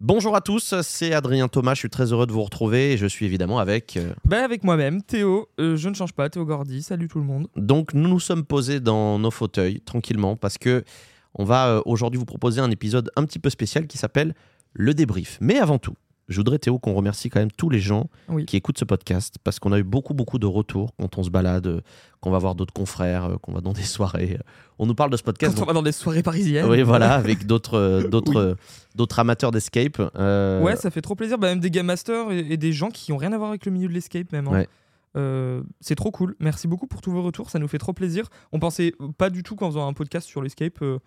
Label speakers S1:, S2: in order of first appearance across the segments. S1: Bonjour à tous, c'est Adrien Thomas, je suis très heureux de vous retrouver et je suis évidemment avec... euh,
S2: Ben avec moi-même, Théo, euh, je ne change pas, Théo Gordy, salut tout le monde.
S1: Donc nous nous sommes posés dans nos fauteuils tranquillement parce que on va euh, aujourd'hui vous proposer un épisode un petit peu spécial qui s'appelle Le débrief. Mais avant tout, je voudrais Théo qu'on remercie quand même tous les gens
S2: Oui.
S1: qui écoutent ce podcast parce qu'on a eu beaucoup beaucoup de retours quand on se balade, euh, qu'on va voir d'autres confrères, euh, qu'on va dans des soirées. On nous parle de ce podcast.
S2: Quand on
S1: donc-
S2: va dans des soirées parisiennes.
S1: Oui, voilà, avec d'autres euh, d'autres euh, d'autres amateurs d'escape. euh,
S2: Ouais, ça fait trop plaisir, bah, même des game masters et, et des gens qui ont rien à voir avec le milieu de l'escape même. hein.
S1: Ouais.
S2: Euh, c'est trop cool, merci beaucoup pour tous vos retours, ça nous fait trop plaisir. On pensait pas du tout qu'en faisant un podcast sur l'escape, euh,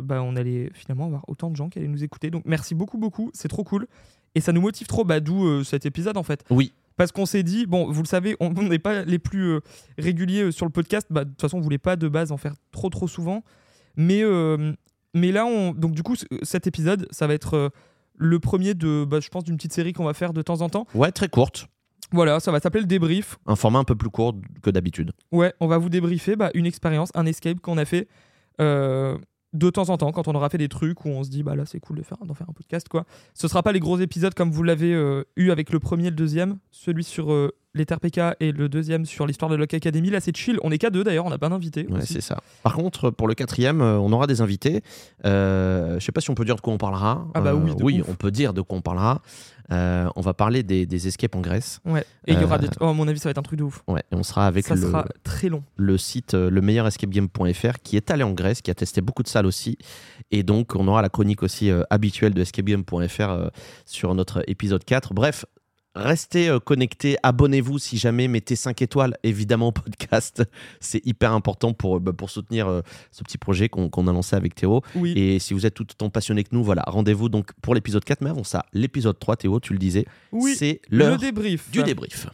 S2: bah, on allait finalement avoir autant de gens qui allaient nous écouter. Donc merci beaucoup, beaucoup, c'est trop cool. Et ça nous motive trop, bah, d'où euh, cet épisode en fait.
S1: Oui.
S2: Parce qu'on s'est dit, bon, vous le savez, on on n'est pas les plus euh, réguliers euh, sur le podcast. Bah, De toute façon, on voulait pas de base en faire trop, trop souvent. Mais, euh, mais là, on... donc du coup, c- cet épisode, ça va être euh, le premier de, bah, je pense, d'une petite série qu'on va faire de temps en temps.
S1: Ouais, très courte.
S2: Voilà, ça va s'appeler le débrief.
S1: Un format un peu plus court que d'habitude.
S2: Ouais, on va vous débriefer bah, une expérience, un escape qu'on a fait euh, de temps en temps quand on aura fait des trucs où on se dit, bah là, c'est cool de faire, d'en faire un podcast, quoi. Ce sera pas les gros épisodes comme vous l'avez euh, eu avec le premier et le deuxième, celui sur euh, les Terres PK et le deuxième sur l'histoire de Lock Academy. Là, c'est chill. On est qu'à deux d'ailleurs, on n'a pas d'invité.
S1: Ouais,
S2: aussi.
S1: c'est ça. Par contre, pour le quatrième, euh, on aura des invités. Euh, je sais pas si on peut dire de quoi on parlera.
S2: Ah bah
S1: Euh,
S2: oui, de
S1: oui,
S2: ouf.
S1: on peut dire de quoi on parlera. Euh, on va parler des, des escapes en Grèce.
S2: Ouais. Et il y aura
S1: Euh,
S2: des. Oh, à mon avis, ça va être un truc de ouf.
S1: Ouais, et on sera avec
S2: ça
S1: le,
S2: sera très long.
S1: le site euh, le meilleur escapegame.fr qui est allé en Grèce, qui a testé beaucoup de salles aussi. Et donc, on aura la chronique aussi euh, habituelle de escapegame.fr euh, sur notre épisode 4. Bref. Restez euh, connectés, abonnez-vous si jamais, mettez 5 étoiles évidemment au podcast. C'est hyper important pour, euh, bah, pour soutenir euh, ce petit projet qu'on qu'on a lancé avec Théo.
S2: Oui.
S1: Et si vous êtes tout autant passionné que nous, voilà, rendez-vous donc pour l'épisode 4. Mais avant ça, l'épisode 3, Théo, tu le disais,
S2: oui.
S1: c'est
S2: Le
S1: l'heure
S2: débrief.
S1: du débrief.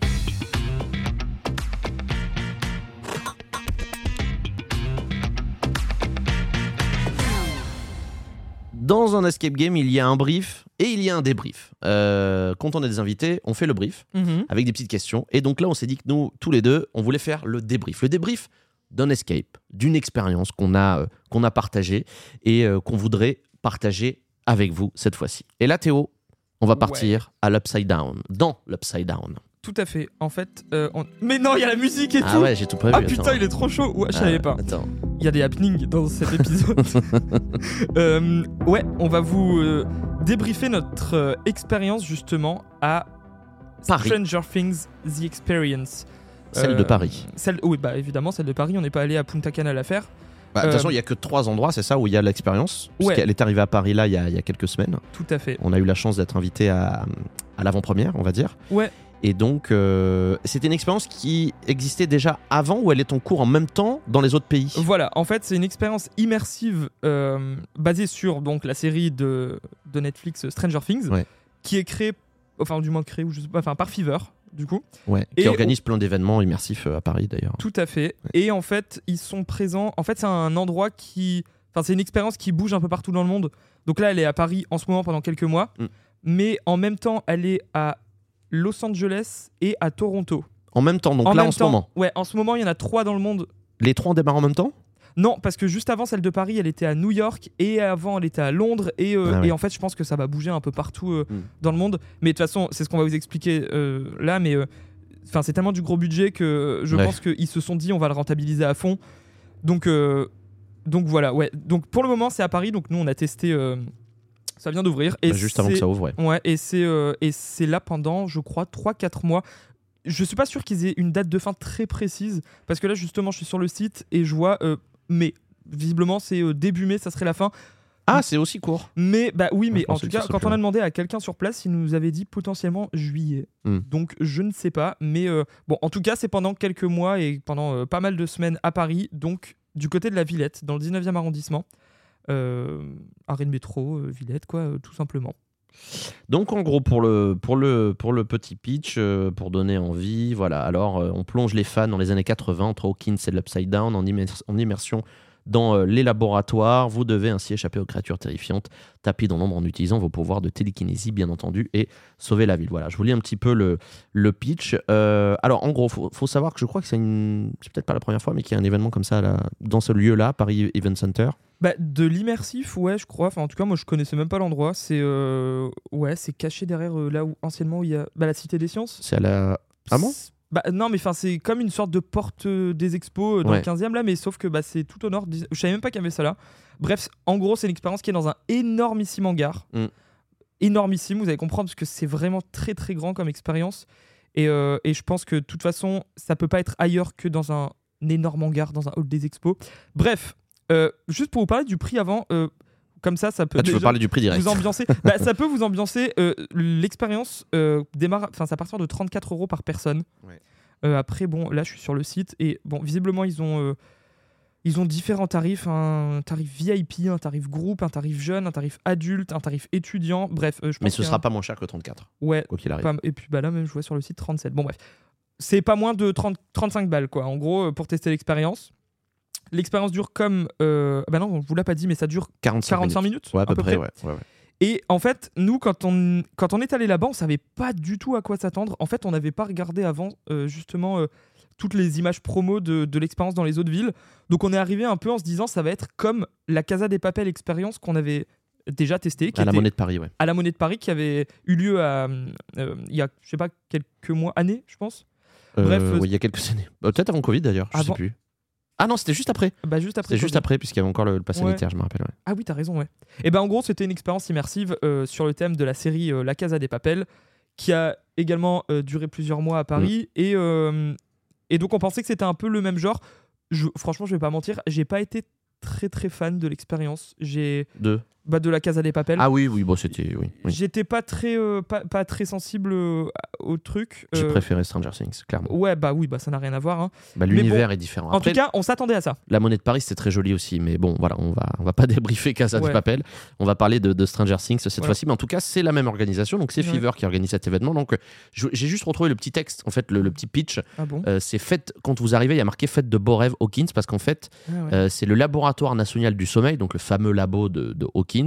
S1: Dans un escape game, il y a un brief et il y a un débrief. Euh, quand on a des invités, on fait le brief
S2: Mhm.
S1: avec des petites questions. Et donc là, on s'est dit que nous, tous les deux, on voulait faire le débrief. Le débrief d'un escape, d'une expérience qu'on a, euh, qu'on a partagée et euh, qu'on voudrait partager avec vous cette fois-ci. Et là, Théo, on va
S2: Ouais.
S1: partir à l'Upside Down, dans l'Upside Down.
S2: Tout à fait. En fait, euh, on- mais non, il y a la musique et
S1: Ah
S2: tout.
S1: ouais, j'ai tout prévu.
S2: ah
S1: attends.
S2: putain, il est trop chaud. Ouais, je savais
S1: Ah,
S2: pas. Euh,
S1: Attends.
S2: Il y a des happenings dans cet épisode. Euh, ouais, on va vous euh, débriefer notre euh, expérience justement à
S1: Paris.
S2: Stranger Things The Experience.
S1: Celle
S2: Euh,
S1: de Paris.
S2: Celle, oui, bah évidemment, celle de Paris. On n'est pas allé à Punta Cana la faire.
S1: Bah, De toute
S2: euh,
S1: façon, il n'y a que trois endroits, c'est ça, où il y a l'expérience. Parce
S2: Ouais.
S1: qu'elle est arrivée à Paris là, il y, a, il y a quelques semaines.
S2: Tout à fait.
S1: On a eu la chance d'être invité à, à l'avant-première, on va dire.
S2: Ouais.
S1: Et donc, euh, c'était une expérience qui existait déjà avant ou elle est en cours en même temps dans les autres pays
S2: Voilà, en fait, c'est une expérience immersive euh, basée sur donc la série de, de Netflix euh, Stranger Things,
S1: Ouais.
S2: qui est créée, enfin du moins créée, ou je sais pas, enfin par Fever, du coup.
S1: Ouais,
S2: Et
S1: qui organise plein d'événements immersifs euh, à Paris d'ailleurs.
S2: Tout à fait. Et en fait, ils sont présents. En fait, c'est un endroit qui. Enfin, c'est une expérience qui bouge un peu partout dans le monde. Donc là, elle est à Paris en ce moment pendant quelques mois.
S1: Mm.
S2: Mais en même temps, elle est à Los Angeles et à Toronto.
S1: En même temps, donc
S2: en
S1: là
S2: même
S1: en ce
S2: temps-
S1: moment.
S2: Ouais, en ce moment, il y en a trois dans le monde.
S1: Les trois, on démarre en même temps
S2: Non, parce que juste avant celle de Paris, elle était à New York et avant elle était à Londres et, euh,
S1: Ah ouais.
S2: et en fait je pense que ça va bouger un peu partout euh,
S1: Mm.
S2: dans le monde. Mais de toute façon, c'est ce qu'on va vous expliquer euh, là, mais enfin c'est tellement du gros budget que je
S1: Ouais.
S2: pense qu'ils se sont dit on va le rentabiliser à fond. Donc euh, donc voilà, ouais. Donc pour le moment c'est à Paris, donc nous on a testé, euh, ça vient d'ouvrir et
S1: Bah, Juste avant
S2: c'est- Mmh.
S1: que ça ouvre, ouais.
S2: Ouais, et c'est euh, et c'est là pendant, je crois, 3-4 mois. Je suis pas sûr qu'ils aient une date de fin très précise, parce que là, justement, je suis sur le site et je vois euh, mai. Visiblement, c'est euh, début mai, ça serait la fin.
S1: Ah, c'est aussi court.
S2: Mais, bah oui,
S1: Ouais, je
S2: mais en
S1: pensais
S2: tout
S1: que ça
S2: cas,
S1: serait
S2: quand
S1: plus
S2: on a
S1: long.
S2: demandé à quelqu'un sur place, il nous avait dit potentiellement juillet.
S1: Hmm.
S2: Donc, je ne sais pas. Mais euh, bon, en tout cas, c'est pendant quelques mois et pendant euh, pas mal de semaines à Paris, donc du côté de la Villette, dans le 19e arrondissement. Euh, arrêt de métro, euh, Villette, quoi, euh, tout simplement.
S1: Donc en gros, pour le, pour le, pour le petit pitch, euh, pour donner envie, voilà. Alors, euh, on plonge les fans dans les années 80 entre Hawkins et l'Upside Down en, immers- en immersion dans euh, les laboratoires. Vous devez ainsi échapper aux créatures terrifiantes tapis dans l'ombre en utilisant vos pouvoirs de télékinésie, bien entendu, et sauver la ville. Voilà, je vous lis un petit peu le, le pitch. Euh, alors, en gros, faut, faut savoir que je crois que c'est une... C'est peut-être pas la première fois, mais qu'il y a un événement comme ça là, dans ce lieu-là, Paris Event Center.
S2: Bah, de l'immersif, ouais, je crois. Enfin, en tout cas, moi, je connaissais même pas l'endroit. C'est euh, ouais, c'est caché derrière euh, là où anciennement où il y a bah, la Cité des Sciences.
S1: C'est à la. Ah bon
S2: C'est- bah, Non, mais enfin, c'est comme une sorte de porte euh, des expos euh, dans
S1: Ouais.
S2: le 15e là, mais sauf que bah, c'est tout au nord. dis- Je savais même pas qu'il y avait ça là. Bref, c'est- en gros, c'est une expérience qui est dans un énormissime hangar.
S1: Mm.
S2: Énormissime, vous allez comprendre parce que c'est vraiment très très grand comme expérience. Et, euh, et je pense que de toute façon, ça peut pas être ailleurs que dans un énorme hangar, dans un hall des expos. Bref, euh, juste pour vous parler du prix avant, euh, comme ça, ça peut.
S1: Ah, tu veux
S2: déjà-
S1: parler du prix direct
S2: vous ambiancer. Bah, ça peut vous ambiancer. euh, L'expérience euh, démarre, enfin, c'est à partir de 34 euros par personne.
S1: Ouais.
S2: Euh, après, bon, là, je suis sur le site et bon, visiblement, ils ont, euh, ils ont différents tarifs un tarif VIP, un tarif groupe, un tarif jeune, un tarif adulte, un tarif étudiant. Bref, euh, je pense.
S1: Mais ce
S2: qu'il y a
S1: sera
S2: un-
S1: pas moins cher que 34,
S2: Ouais,
S1: quoi qu'il arrive.
S2: pas- et puis bah là, même, je vois sur le site 37. Bon, bref. C'est pas moins de 30, 35 balles, quoi, en gros, euh, pour tester l'expérience. L'expérience dure comme. euh, bah non, on vous l'a pas dit, mais ça dure
S1: 45,
S2: 45
S1: minutes.
S2: minutes.
S1: Ouais, à peu, près, ouais. ouais, ouais.
S2: Et en fait, nous, quand on, quand on est allé là-bas, on savait pas du tout à quoi s'attendre. En fait, on n'avait pas regardé avant, euh, justement, euh, toutes les images promo de, de l'expérience dans les autres villes. Donc, on est arrivé un peu en se disant, ça va être comme la Casa des Papel expérience qu'on avait déjà testée, qui
S1: À la
S2: était
S1: monnaie de Paris, ouais.
S2: à la Monnaie de Paris, qui avait eu lieu à, euh, il y a, je sais pas, quelques mois, années, je pense. Bref,
S1: Euh,
S2: euh,
S1: ouais, il y a quelques années. Euh, Peut-être avant Covid d'ailleurs, je sais
S2: Avant-
S1: plus. Ah non, c'était juste après.
S2: Bah, juste après.
S1: C'était juste
S2: Covid.
S1: après, puisqu'il y avait encore le, le pass
S2: Ouais.
S1: sanitaire, je me rappelle. ouais.
S2: Ah oui, t'as raison, ouais. Et ben en gros, c'était une expérience immersive euh, sur le thème de la série euh, La Casa des Papels, qui a également euh, duré plusieurs mois à Paris.
S1: Mm.
S2: Et, euh, et donc, on pensait que c'était un peu le même genre. Je, franchement, je vais pas mentir, j'ai pas été très très fan de l'expérience. J'ai
S1: Deux.
S2: bah, de La Casa des Papels.
S1: Ah oui, oui, bon, c'était. Oui, oui.
S2: J'étais pas très euh, pas, pas très sensible euh, au truc.
S1: J'ai
S2: Euh,
S1: préféré Stranger Things, clairement.
S2: Ouais, bah oui, bah ça n'a rien à voir. hein.
S1: Bah,
S2: mais
S1: L'univers est différent.
S2: En
S1: Après,
S2: tout cas, on s'attendait à ça.
S1: la monnaie de Paris, c'était très joli aussi, mais bon, voilà, on va, on va pas débriefer Casa
S2: Ouais.
S1: de Papel. On va parler de, de Stranger Things cette
S2: Voilà.
S1: fois-ci, mais en tout cas, c'est la même organisation, donc c'est
S2: Ouais.
S1: Fever qui organise cet événement. Donc, euh, je- j'ai juste retrouvé le petit texte, en fait, le, le petit pitch.
S2: Ah bon
S1: Euh, c'est fête, quand vous arrivez, il y a marqué fête de Borev Hawkins, parce qu'en fait,
S2: Ah ouais.
S1: Euh, c'est le laboratoire national du sommeil, donc le fameux labo de, de Hawkins,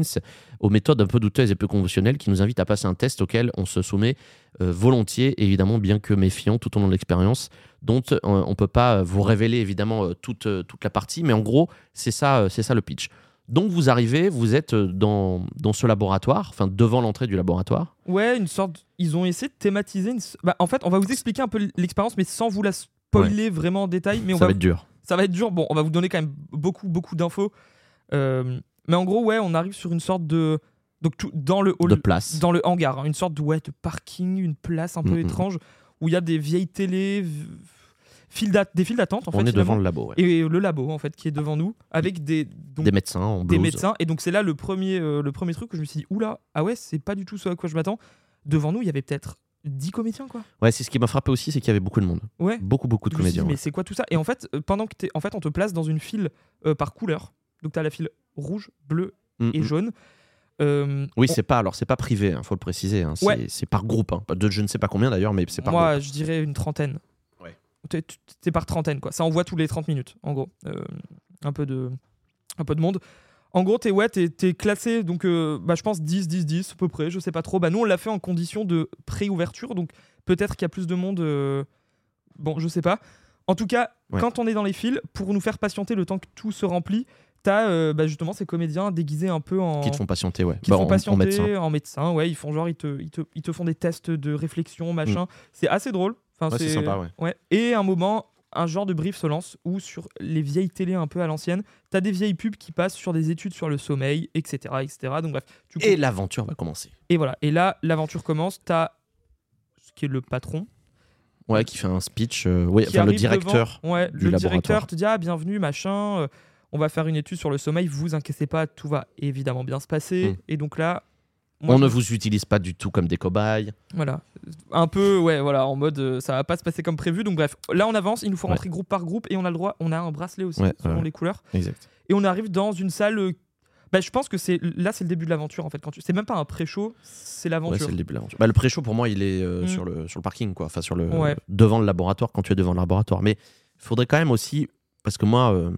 S1: aux méthodes un peu douteuses et peu conventionnelles qui nous invite à passer un test auquel on se soumet euh, volontiers, évidemment, bien que méfiant tout au long de l'expérience, dont euh, on ne peut pas euh, vous révéler évidemment euh, toute, euh, toute la partie, mais en gros, c'est ça, euh, c'est ça le pitch. Donc vous arrivez, vous êtes euh, dans, dans ce laboratoire, enfin devant l'entrée du laboratoire.
S2: Ouais, une sorte. Ils ont essayé de thématiser. Une... s- Bah, en fait, on va vous expliquer un peu l'expérience, mais sans vous la spoiler vraiment en détail. Mais on
S1: ça
S2: va...
S1: va être dur.
S2: ça va être dur. Bon, on va vous donner quand même beaucoup, beaucoup d'infos. Euh, Mais en gros, ouais, on arrive sur une sorte de. Donc, tout... dans le hall.
S1: de place.
S2: Dans le hangar, hein, une sorte de, ouais, de parking, une place un peu
S1: Mhm.
S2: étrange où il y a des vieilles télés, v- files d'att- des files d'attente en
S1: on
S2: fait.
S1: est devant
S2: finalement.
S1: le labo, ouais.
S2: Et le labo en fait qui est devant nous avec des, donc,
S1: des médecins en
S2: des
S1: blouse.
S2: médecins. Et donc c'est là le premier, euh, le premier truc que je me suis dit, oula, ah ouais, c'est pas du tout ce à quoi je m'attends. Devant nous, il y avait peut-être 10 comédiens, quoi.
S1: Ouais, c'est ce qui m'a frappé aussi, c'est qu'il y avait beaucoup de monde,
S2: Ouais.
S1: beaucoup beaucoup de
S2: Je me suis dit,
S1: comédiens.
S2: mais
S1: ouais.
S2: c'est quoi tout ça Et en fait, euh, pendant que t'es, en fait, on te place dans une file euh, par couleur. Donc t'as la file rouge, bleu
S1: Mm,
S2: et
S1: mm.
S2: jaune. Euh,
S1: Oui,
S2: on-
S1: c'est pas alors c'est pas privé, hein, faut le préciser. hein, c'est
S2: Ouais.
S1: c'est par groupe, hein, pas de je ne sais pas combien d'ailleurs, mais c'est par
S2: moi, je dirais une trentaine.
S1: Ouais.
S2: T'es- t'es par trentaine, quoi. Ça envoie tous les 30 minutes, en gros. Euh, un, peu de, un peu de monde. En gros, t'es ouais, t'es- t'es classé, donc euh, bah, je pense 10, 10, 10 à peu près, je sais pas trop. Bah, nous, on l'a fait en condition de pré-ouverture, donc peut-être qu'il y a plus de monde. euh, Bon, je sais pas. En tout cas,
S1: Ouais.
S2: quand on est dans les fils, pour nous faire patienter le temps que tout se remplit, t'as euh, bah, justement ces comédiens déguisés un peu en
S1: groupe qui te font patienter, ouais.
S2: euh, qui
S1: Bah,
S2: te
S1: en-
S2: font
S1: en
S2: patienter
S1: médecin.
S2: en médecin. ouais, ils font genre, ils te, ils te, ils te font des tests de réflexion, machin. C'est assez drôle. Enfin,
S1: Mm. Ouais, c'est sympa, ouais.
S2: Et à un moment, un genre de brief se lance où sur les vieilles télés un peu à l'ancienne, t'as des vieilles pubs qui passent sur des études sur le sommeil, etc. etc. Donc bref, tu
S1: Et l'aventure va commencer.
S2: et voilà. Et là, l'aventure commence. T'as ce qui est le patron.
S1: Ouais, qui fait un speech, euh, ouais,
S2: qui
S1: enfin, le
S2: arrive devant-
S1: directeur.
S2: ouais,
S1: du
S2: le
S1: laboratoire.
S2: directeur te dit ah bienvenue machin, euh, on va faire une étude sur le sommeil, vous inquiétez pas, tout va évidemment bien se passer.
S1: Mm.
S2: Et donc là, moi,
S1: on
S2: je
S1: ne
S2: me
S1: vous utilise pas du tout comme des cobayes.
S2: Voilà. Un peu, ouais, voilà, en mode euh, ça va pas se passer comme prévu. Donc bref, là on avance, il nous faut
S1: Ouais.
S2: rentrer groupe par groupe et on a le droit, on a un bracelet aussi
S1: Ouais,
S2: selon
S1: ouais.
S2: les couleurs.
S1: Exact.
S2: Et on arrive dans une salle. euh, bah, je pense que c'est là c'est le début de l'aventure en fait. Quand tu, c'est même pas un pré-show, c'est
S1: Ouais,
S2: l'aventure.
S1: c'est le début de l'aventure. Bah, le pré-show pour moi, il est euh,
S2: Mm.
S1: sur le sur le parking, quoi. Enfin, sur le
S2: Ouais.
S1: devant le laboratoire quand tu es devant le laboratoire. Mais il faudrait quand même aussi, parce que moi, euh,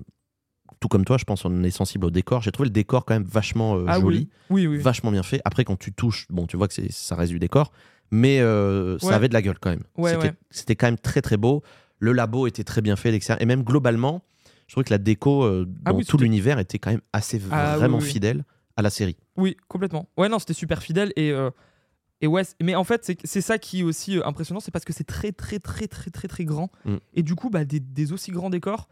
S1: tout comme toi, je pense, on est sensible au décor. J'ai trouvé le décor quand même vachement euh,
S2: ah
S1: joli.
S2: oui, oui, oui.
S1: vachement bien fait. Après, quand tu touches, bon, tu vois que c'est- ça reste du décor, mais euh, ça
S2: Ouais.
S1: avait de la gueule quand même.
S2: Ouais,
S1: C'était-
S2: ouais.
S1: C'était quand même très très beau. Le labo était très bien fait, l'extérieur. Et même globalement, je trouvais que la déco euh,
S2: Ah
S1: dans
S2: oui,
S1: tout
S2: c'était-
S1: l'univers était quand même assez
S2: Ah,
S1: vraiment
S2: oui, oui.
S1: fidèle à la série.
S2: Oui, complètement. Ouais, non, c'était super fidèle et euh, et ouais, c'est- mais en fait, c'est- c'est ça qui est aussi euh, impressionnant, c'est parce que c'est très très très très très très grand
S1: Mm.
S2: et du coup, bah des, des aussi grands décors,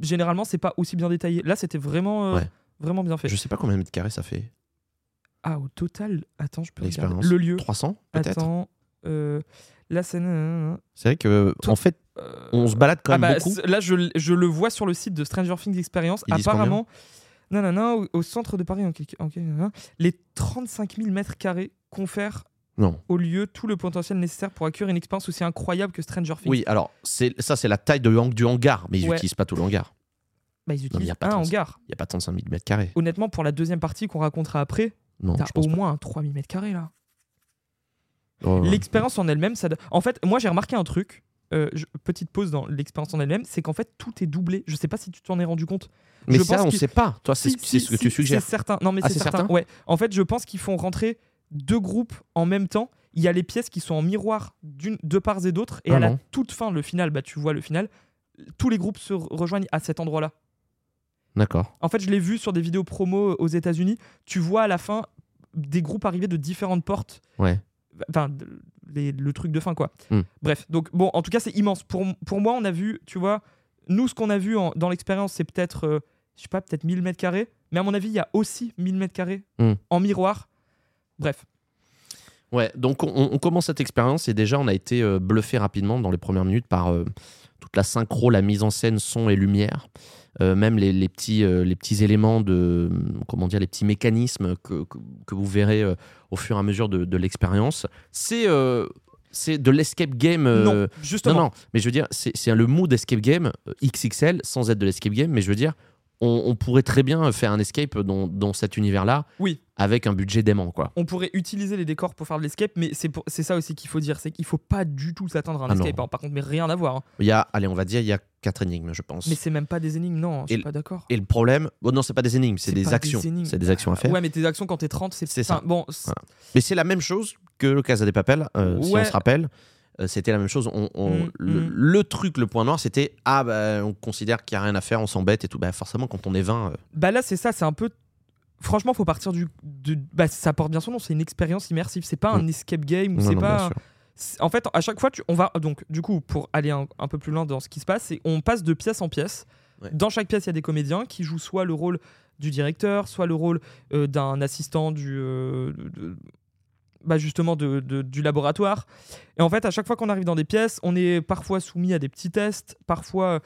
S2: généralement, c'est pas aussi bien détaillé. Là, c'était vraiment euh,
S1: Ouais.
S2: vraiment bien fait.
S1: Je sais pas combien de mètres carrés ça fait.
S2: Ah, au total, attends, je peux regarder.
S1: L'expérience.
S2: le lieu.
S1: 300 peut-être.
S2: Attends, euh, la scène.
S1: C'est vrai que
S2: Tout-
S1: en fait, on se balade quand
S2: Ah
S1: même
S2: bah,
S1: beaucoup.
S2: c- là, je, l- je le vois sur le site de Stranger Things Experience.
S1: Ils disent
S2: Apparemment, non, non, non, au, au centre de Paris, en quelque- en quelque- non, non, les 35 000 mètres carrés confèrent
S1: Non.
S2: au lieu tout le potentiel nécessaire pour accueillir une expérience aussi incroyable que Stranger Things.
S1: Oui, alors c'est ça c'est la taille de hang- du hangar, mais ils
S2: Ouais.
S1: n'utilisent pas tout le hangar.
S2: Bah, ils
S1: mais y
S2: utilisent
S1: a pas
S2: un
S1: 35
S2: hangar.
S1: Il y a pas 35 000 mètres carrés.
S2: Honnêtement, pour la deuxième partie qu'on racontera après,
S1: Non,
S2: t'as
S1: je pense
S2: au moins un 3000 mètres carrés là.
S1: pas. Oh. Ouais, ouais.
S2: L'expérience en elle-même, ça. do- En fait, moi j'ai remarqué un truc. euh, je- Petite pause dans l'expérience en elle-même, c'est qu'en fait tout est doublé. Je sais pas si tu t'en es rendu compte.
S1: Mais
S2: je
S1: ça
S2: pense
S1: on
S2: qu'il-
S1: sait pas. Toi c'est
S2: Si,
S1: ce- c'est
S2: si,
S1: ce que
S2: si,
S1: tu suggères.
S2: C'est certain. Non, mais
S1: Ah,
S2: c'est
S1: c'est
S2: certain.
S1: certain
S2: ouais. En fait, je pense qu'ils font rentrer deux groupes en même temps. Il y a les pièces qui sont en miroir d'une de parts et d'autres, et
S1: Ah
S2: à la
S1: non.
S2: toute fin, le final, bah tu vois le final, tous les groupes se re- rejoignent à cet endroit-là.
S1: D'accord.
S2: En fait, je l'ai vu sur des vidéos promo euh, aux États-Unis. Tu vois à la fin des groupes arriver de différentes portes.
S1: Ouais.
S2: Enfin, de- les- le truc de fin, quoi.
S1: Hmm.
S2: Bref, donc bon, en tout cas, c'est immense. Pour, pour moi, on a vu, tu vois, nous, ce qu'on a vu en- dans l'expérience, c'est peut-être, euh, je sais pas, peut-être 1000 mètres carrés. Mais à mon avis, il y a aussi 1000 mètres carrés
S1: Hmm.
S2: en miroir. Bref,
S1: Ouais, donc on, on commence cette expérience et déjà on a été euh, bluffé rapidement dans les premières minutes par euh, toute la synchro, la mise en scène, son et lumière, Euh, même les, les petits, euh, les petits éléments de, comment dire, les petits mécanismes que, que- que vous verrez euh, au fur et à mesure de, de l'expérience. C'est euh, c'est de l'escape game. euh,
S2: non, justement.
S1: non, non, mais je veux dire, c'est c'est le mot d'escape game euh, XXL sans être de l'escape game, mais je veux dire, on, on pourrait très bien euh, faire un escape dans, dans cet univers-là
S2: Oui.
S1: avec un budget dément, quoi.
S2: on pourrait utiliser les décors pour faire de l'escape, mais c'est pour- c'est ça aussi qu'il faut dire, c'est qu'il faut pas du tout s'atteindre à un
S1: Ah non.
S2: escape. hein. Par contre, mais rien à voir. hein.
S1: Il y a, allez, on va dire, il y a quatre énigmes, je pense.
S2: Mais c'est même pas des énigmes, non, je suis
S1: Et-
S2: pas d'accord.
S1: Et le problème, bon, non, c'est pas des énigmes, c'est
S2: C'est
S1: des
S2: pas des
S1: actions.
S2: énigmes.
S1: C'est des actions à faire.
S2: Ouais, mais tes actions quand t'es 30, c'est
S1: C'est
S2: enfin,
S1: ça.
S2: Bon, c'est-
S1: Mais c'est la même chose que le Casa des Papel, euh, si
S2: Ouais.
S1: on se rappelle. euh, C'était la même chose. On, on-
S2: Mm,
S1: le,
S2: mm.
S1: le truc, le point noir, c'était ah bah, on considère qu'il y a rien à faire, on s'embête et tout. Bah forcément, quand on est 20, euh,
S2: bah là, c'est ça, c'est un peu. Franchement, faut partir du. de- Bah, ça porte bien son nom, c'est une expérience immersive, c'est pas un escape game, ou
S1: Mm. non,
S2: c'est
S1: non,
S2: pas.
S1: bien sûr.
S2: c'est- En fait, à chaque fois, tu... on va. Donc, du coup, pour aller un, un peu plus loin dans ce qui se passe, c'est on passe de pièce en pièce.
S1: Ouais.
S2: Dans chaque pièce, il y a des comédiens qui jouent soit le rôle du directeur, soit le rôle euh, d'un assistant du. euh, de- de- Bah justement de- de- du laboratoire. Et en fait, à chaque fois qu'on arrive dans des pièces, on est parfois soumis à des petits tests, parfois.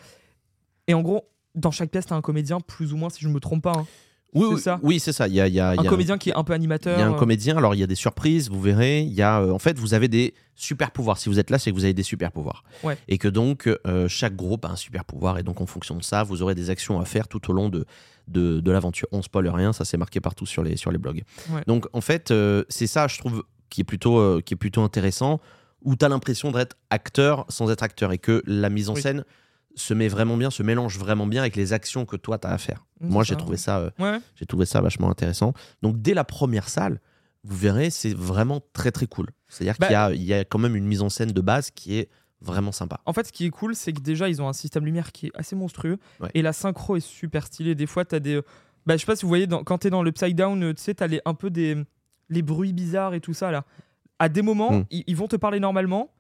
S2: Et en gros, dans chaque pièce, t'as un comédien, plus ou moins, si je me trompe pas. hein.
S1: Oui,
S2: c'est
S1: oui,
S2: ça.
S1: oui, c'est ça. Il y a, il y a- Ah, il y
S2: Un
S1: a-
S2: comédien qui est un peu
S1: il
S2: animateur.
S1: y a un
S2: euh,
S1: comédien. Alors il y a des surprises, vous verrez. Il y a, euh, en fait, vous avez des super pouvoirs. Si vous êtes là, c'est que vous avez des super pouvoirs.
S2: Ouais.
S1: Et que donc euh, chaque groupe a un super pouvoir. Et donc en fonction de ça, vous aurez des actions à faire tout au long de de, de l'aventure. On spoil rien, ça c'est marqué partout sur les sur les blogs.
S2: Ouais.
S1: Donc en fait, euh, c'est ça, je trouve, qui est plutôt euh, qui est plutôt intéressant. Où tu as l'impression d'être acteur sans être acteur et que la mise en
S2: Oui.
S1: scène se met vraiment bien, se mélange vraiment bien avec les actions que toi tu as à faire. Moi,
S2: c'est
S1: j'ai
S2: ça.
S1: trouvé ça euh,
S2: Ouais.
S1: j'ai trouvé ça vachement intéressant. Donc dès la première salle, vous verrez, c'est vraiment très très cool. C'est-à-dire
S2: Bah-
S1: qu'il y a- il y, a quand même une mise en scène de base qui est vraiment sympa.
S2: En fait, ce qui est cool, c'est que déjà, ils ont un système lumière qui est assez monstrueux.
S1: Ouais.
S2: Et la synchro est super stylée. Des fois, t'as des. Bah, je sais pas si vous voyez, dans- quand t'es dans le Upside Down, euh, tu sais, t'as les- un peu des. les bruits bizarres et tout ça, là. À des moments,
S1: Mm.
S2: ils, ils vont te parler normalement.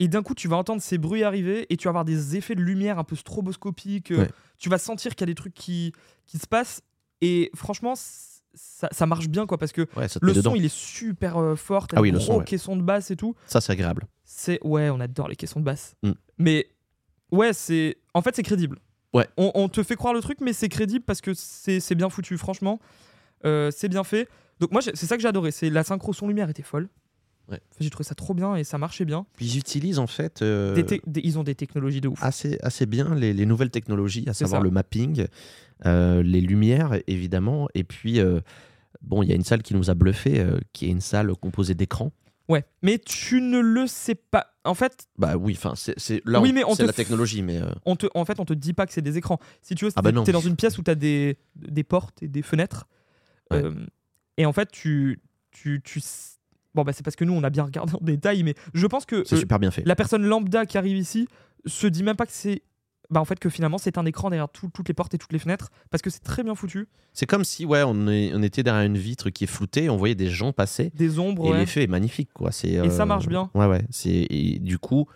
S2: Et d'un coup, tu vas entendre ces bruits arriver et tu vas avoir des effets de lumière un peu stroboscopiques. euh,
S1: Ouais.
S2: Tu vas sentir qu'il y a des trucs qui, qui se passent. Et franchement, c- ça, ça marche bien, quoi. Parce que
S1: Ouais, ça te
S2: le
S1: met
S2: son,
S1: dedans.
S2: il est super euh, fort. T'as
S1: Ah
S2: des
S1: oui, le
S2: gros
S1: son, ouais.
S2: caissons de basse et tout
S1: Ça, c'est agréable.
S2: c'est ouais on adore les caissons de basse
S1: Mm.
S2: mais ouais c'est en fait c'est crédible
S1: Ouais.
S2: on, on te fait croire le truc mais c'est crédible parce que c'est c'est bien foutu franchement Euh, c'est bien fait donc moi j'ai- c'est ça que j'ai adoré c'est la synchro son lumière était folle
S1: Ouais.
S2: j'ai trouvé ça trop bien et ça marchait bien
S1: Puis ils utilisent en fait euh,
S2: Des te- des- ils ont des technologies de ouf
S1: assez, assez bien les, les nouvelles technologies, à
S2: C'est
S1: savoir
S2: ça.
S1: le mapping, euh, les lumières évidemment, et puis... euh, Bon, il y a une salle qui nous a bluffé, euh, qui est une salle composée d'écrans.
S2: ouais mais tu ne le sais pas en fait
S1: Bah oui, enfin, c'est c'est- là,
S2: Oui,
S1: on-
S2: mais on
S1: c'est
S2: te
S1: la
S2: f-
S1: technologie, mais euh,
S2: on te en fait on te dit pas que c'est des écrans si tu veux
S1: Ah bah
S2: t'es-
S1: non.
S2: t'es dans une pièce où t'as des des portes et des fenêtres
S1: Ouais.
S2: Euh, et en fait tu tu, tu s- bon bah c'est parce que nous on a bien regardé en détail mais je pense que
S1: c'est
S2: euh,
S1: super bien fait.
S2: la personne lambda qui arrive ici se dit même pas que c'est bah, en fait que finalement c'est un écran derrière tout- toutes les portes et toutes les fenêtres parce que c'est très bien foutu.
S1: C'est comme si ouais, on, est- on était derrière une vitre qui est floutée, on voyait des gens passer.
S2: Des ombres.
S1: Et
S2: ouais.
S1: l'effet est magnifique, quoi. C'est, euh,
S2: Et ça marche bien.
S1: Ouais, ouais. C'est, et du coup,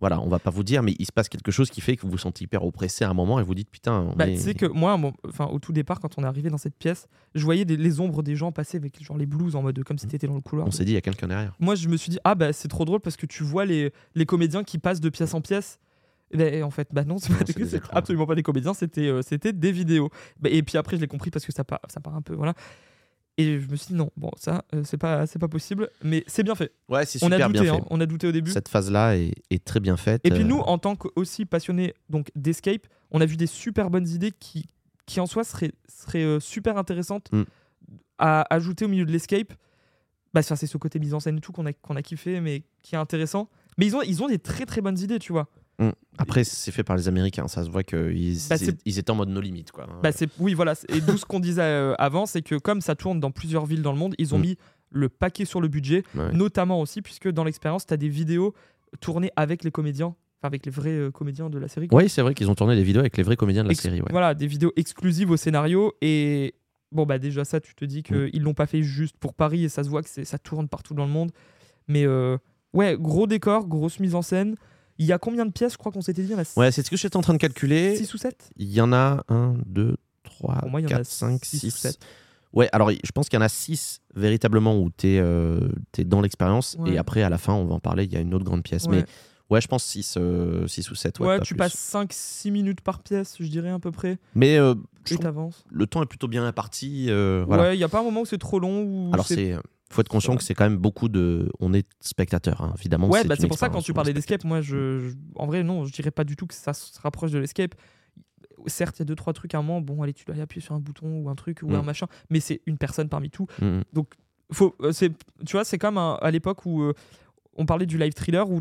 S1: voilà, on va pas vous dire, mais il se passe quelque chose qui fait que vous vous sentez hyper oppressé à un moment et vous dites putain. on
S2: Bah,
S1: est-
S2: Tu sais que moi, mon- enfin, au tout départ, quand on est arrivé dans cette pièce, je voyais des- les ombres des gens passer avec genre les blouses en mode comme si t'étais dans le couloir.
S1: Mm. On s'est dit, il y a quelqu'un derrière.
S2: Moi, je me suis dit, ah bah c'est trop drôle parce que tu vois les, les comédiens qui passent de pièce en pièce. Et bah, et en fait, bah non, c'est
S1: Non,
S2: pas des-
S1: c'est des
S2: c'est
S1: écrans.
S2: absolument pas des comédiens, c'était euh, c'était des vidéos. Bah, et puis après, je l'ai compris parce que ça, part- ça part un peu, voilà. Et je me suis dit, non, bon, ça, euh, c'est pas, c'est pas possible, mais c'est bien fait.
S1: Ouais, c'est
S2: On a
S1: super
S2: douté,
S1: bien
S2: hein, on a douté au
S1: fait.
S2: début.
S1: Cette phase-là est, est très bien faite.
S2: Et puis
S1: euh,
S2: nous, en tant que aussi passionnés donc d'escape, on a vu des super bonnes idées qui, qui en soi seraient, seraient euh, super intéressantes
S1: Mm.
S2: à ajouter au milieu de l'escape. Bah, c'est c'est ce côté mise en scène et tout qu'on a, qu'on a kiffé, mais qui est intéressant. Mais ils ont, ils ont des très très bonnes idées, tu vois.
S1: Après, c'est fait par les Américains. Ça se voit qu'ils
S2: Bah, c'est-
S1: ils étaient en mode no limit, quoi.
S2: Bah, c'est, oui, voilà. c'est- Et d'où ce qu'on disait euh, avant, c'est que comme ça tourne dans plusieurs villes dans le monde, ils ont
S1: Mm.
S2: mis le paquet sur le budget,
S1: Ouais.
S2: notamment aussi puisque dans l'expérience, tu as des vidéos tournées avec les comédiens, enfin avec les vrais euh, comédiens de la série. quoi.
S1: Oui, c'est vrai qu'ils ont tourné des vidéos avec les vrais comédiens de la
S2: Ex-
S1: série. Ouais.
S2: Voilà, des vidéos exclusives au scénario. Et bon, bah déjà, ça, tu te dis
S1: Mm.
S2: qu'ils ils l'ont pas fait juste pour Paris et ça se voit que c'est- ça tourne partout dans le monde. Mais euh, ouais, gros décor, grosse mise en scène. Il y a combien de pièces Je crois qu'on s'était dit, il y en a
S1: Ouais, c'est ce que j'étais en train de calculer.
S2: 6 ou 7
S1: Il y en a 1, 2, 3,
S2: Pour moi, il y en a
S1: 4, 5,
S2: six ou
S1: 6.
S2: sept.
S1: Ouais, alors je pense qu'il y en a 6 véritablement où tu es, dans l'expérience.
S2: Ouais.
S1: Et après, à la fin, on va en parler. Il y a une autre grande pièce.
S2: Ouais.
S1: Mais ouais, je pense 6 ou 7. Ouais,
S2: Ouais,
S1: pas
S2: tu
S1: plus.
S2: passes 5-6 minutes par pièce, je dirais à peu près.
S1: Mais euh, je
S2: Et
S1: trouve
S2: t'avances.
S1: que le temps est plutôt bien imparti. euh, voilà.
S2: Ouais, il n'y a pas un moment où c'est trop long. Ou
S1: alors, c'est. Faut être conscient
S2: Voilà.
S1: que c'est quand même beaucoup de. On est spectateur, hein, évidemment.
S2: Ouais,
S1: c'est
S2: bah,
S1: une
S2: c'est pour ça quand
S1: expérience,
S2: tu
S1: on est
S2: parlais
S1: spectateur.
S2: d'escape, moi, je, je- en vrai, non, je dirais pas du tout que ça se rapproche de l'escape. Certes, il y a deux trois trucs à un moment. Bon, allez, tu dois aller appuyer sur un bouton ou un truc ou
S1: Mm.
S2: un machin, mais c'est une personne parmi tout.
S1: Mhm.
S2: Faut, euh, c'est, tu vois, c'est comme un- à l'époque où euh, on parlait du live thriller où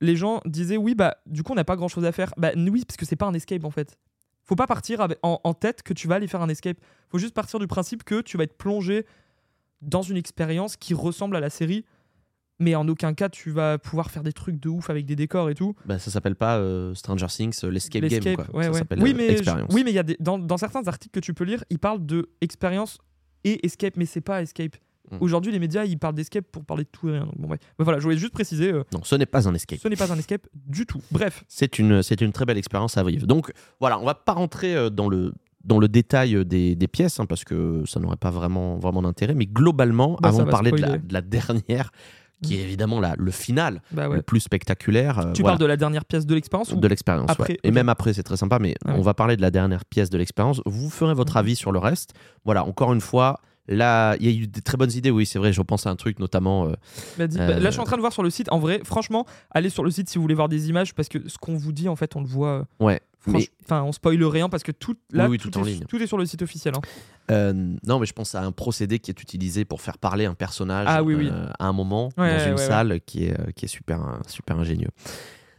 S2: les gens disaient oui, bah, du coup, on n'a pas grand chose à faire. Bah, oui, parce que c'est pas un escape en fait. Faut pas partir avec- en, en tête que tu vas aller faire un escape. Faut juste partir du principe que tu vas être plongé dans une expérience qui ressemble à la série, mais en aucun cas tu vas pouvoir faire des trucs de ouf avec des décors et tout.
S1: Bah, ça s'appelle pas euh, Stranger Things, euh, l'escape game.
S2: L'escape,
S1: quoi.
S2: ouais,
S1: ça
S2: ouais.
S1: s'appelle
S2: oui,
S1: euh,
S2: mais je-
S1: expérience.
S2: oui, mais il y a des, dans, dans certains articles que tu peux lire, ils parlent de expérience et escape, mais c'est pas escape.
S1: Mm.
S2: Aujourd'hui, les médias, ils parlent d'escape pour parler de tout et rien. Donc bon, ouais. Mais voilà, je voulais juste préciser, euh,
S1: Non, ce n'est pas un escape.
S2: ce n'est pas un escape du tout. Bref,
S1: C'est une, c'est une très belle expérience à vivre. Donc voilà, on va pas rentrer euh, dans le, dans le détail euh, des, des pièces, hein, parce que ça n'aurait pas vraiment, vraiment d'intérêt, mais globalement,
S2: Bah, ça
S1: avant de
S2: va
S1: parler de la,
S2: spoiler.
S1: de la dernière, qui est évidemment la, le final,
S2: bah
S1: le
S2: ouais.
S1: plus spectaculaire, euh,
S2: Tu
S1: voilà,
S2: parles de la dernière pièce de l'expérience ou
S1: de l'expérience.
S2: après,
S1: ouais. Et
S2: ok.
S1: même après, c'est très sympa, mais
S2: Ah
S1: on
S2: ouais.
S1: va parler de la dernière pièce de l'expérience. Vous ferez votre
S2: Mhm.
S1: avis sur le reste. Voilà, encore une fois. Là, il y a eu des très bonnes idées, oui, c'est vrai, je pense à un truc notamment euh,
S2: Vas-y. Bah,
S1: Euh,
S2: Là, je suis en train de voir sur le site. En vrai, franchement, allez sur le site si vous voulez voir des images, parce que ce qu'on vous dit, en fait, on le voit. euh,
S1: Ouais,
S2: franch-
S1: mais-
S2: Enfin, on spoil rien parce que tout, là,
S1: Oui, oui, tout en
S2: est,
S1: ligne.
S2: tout est sur le site officiel. hein.
S1: Euh, non, mais je pense à un procédé qui est utilisé pour faire parler un personnage euh,
S2: Ah oui, oui.
S1: à un moment
S2: Ouais,
S1: dans
S2: ouais,
S1: une
S2: ouais,
S1: salle qui est, euh, qui est super, euh, super ingénieux.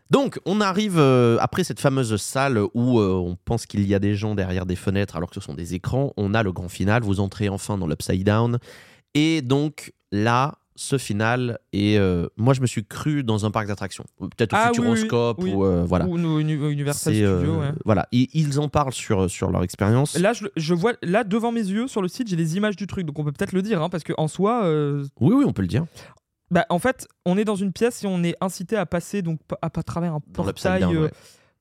S1: Donc, on arrive euh, après cette fameuse salle où euh, on pense qu'il y a des gens derrière des fenêtres alors que ce sont des écrans. On a le grand final, vous entrez enfin dans l'Upside Down. Et donc, là, ce final, et moi, je me suis cru dans un parc d'attractions. Ou Peut-être au
S2: Ah oui, oui,
S1: Futuroscope
S2: oui.
S1: ou euh, voilà.
S2: Ou nos uni- Universal
S1: C'est,
S2: Studios.
S1: euh,
S2: ouais.
S1: voilà. Et ils en parlent sur, sur leur expérience.
S2: Là, je, je vois, là, devant mes yeux, sur le site, j'ai des images du truc. Donc, on peut peut-être le dire, hein, parce qu'en soi, euh,
S1: Oui, oui, on peut le dire.
S2: bah, en fait, on est dans une pièce et on est incité à passer donc, pa- à, à travers un
S1: Dans l'Upside
S2: portail
S1: Down.
S2: euh,
S1: ouais.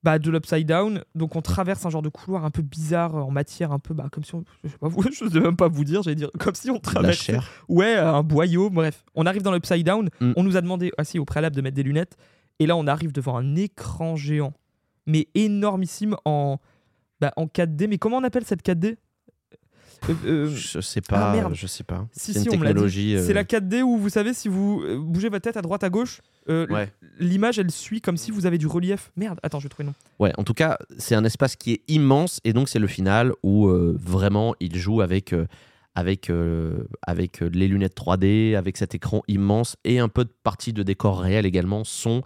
S2: bah, de l'upside down. Donc, on traverse un genre de couloir un peu bizarre euh, en matière, un peu bah, comme si on. Je sais, pas, vous- je sais même pas vous dire, j'allais dire comme si on
S1: La
S2: traversait.
S1: chair.
S2: Ouais, euh, un boyau, bref. On arrive dans l'upside down,
S1: Mm.
S2: on nous a demandé aussi au préalable de mettre des lunettes, et là on arrive devant un écran géant, mais énormissime en, bah, en 4D. Mais comment on appelle cette 4D Euh, euh,
S1: Je sais pas.
S2: Ah, merde.
S1: Je sais pas.
S2: Si,
S1: c'est
S2: si,
S1: une
S2: on me l'a dit.
S1: technologie. euh,
S2: C'est la 4D où vous savez, si vous euh, bougez votre tête à droite à gauche, euh, l-
S1: Ouais.
S2: l'image elle suit comme si vous avez du relief. Merde, attends, je vais trouver le nom.
S1: ouais. En tout cas, c'est un espace qui est immense et donc c'est le final où euh, vraiment il joue avec. euh, avec, euh, avec euh, les lunettes 3D, avec cet écran immense et un peu de partie de décor réel également, son,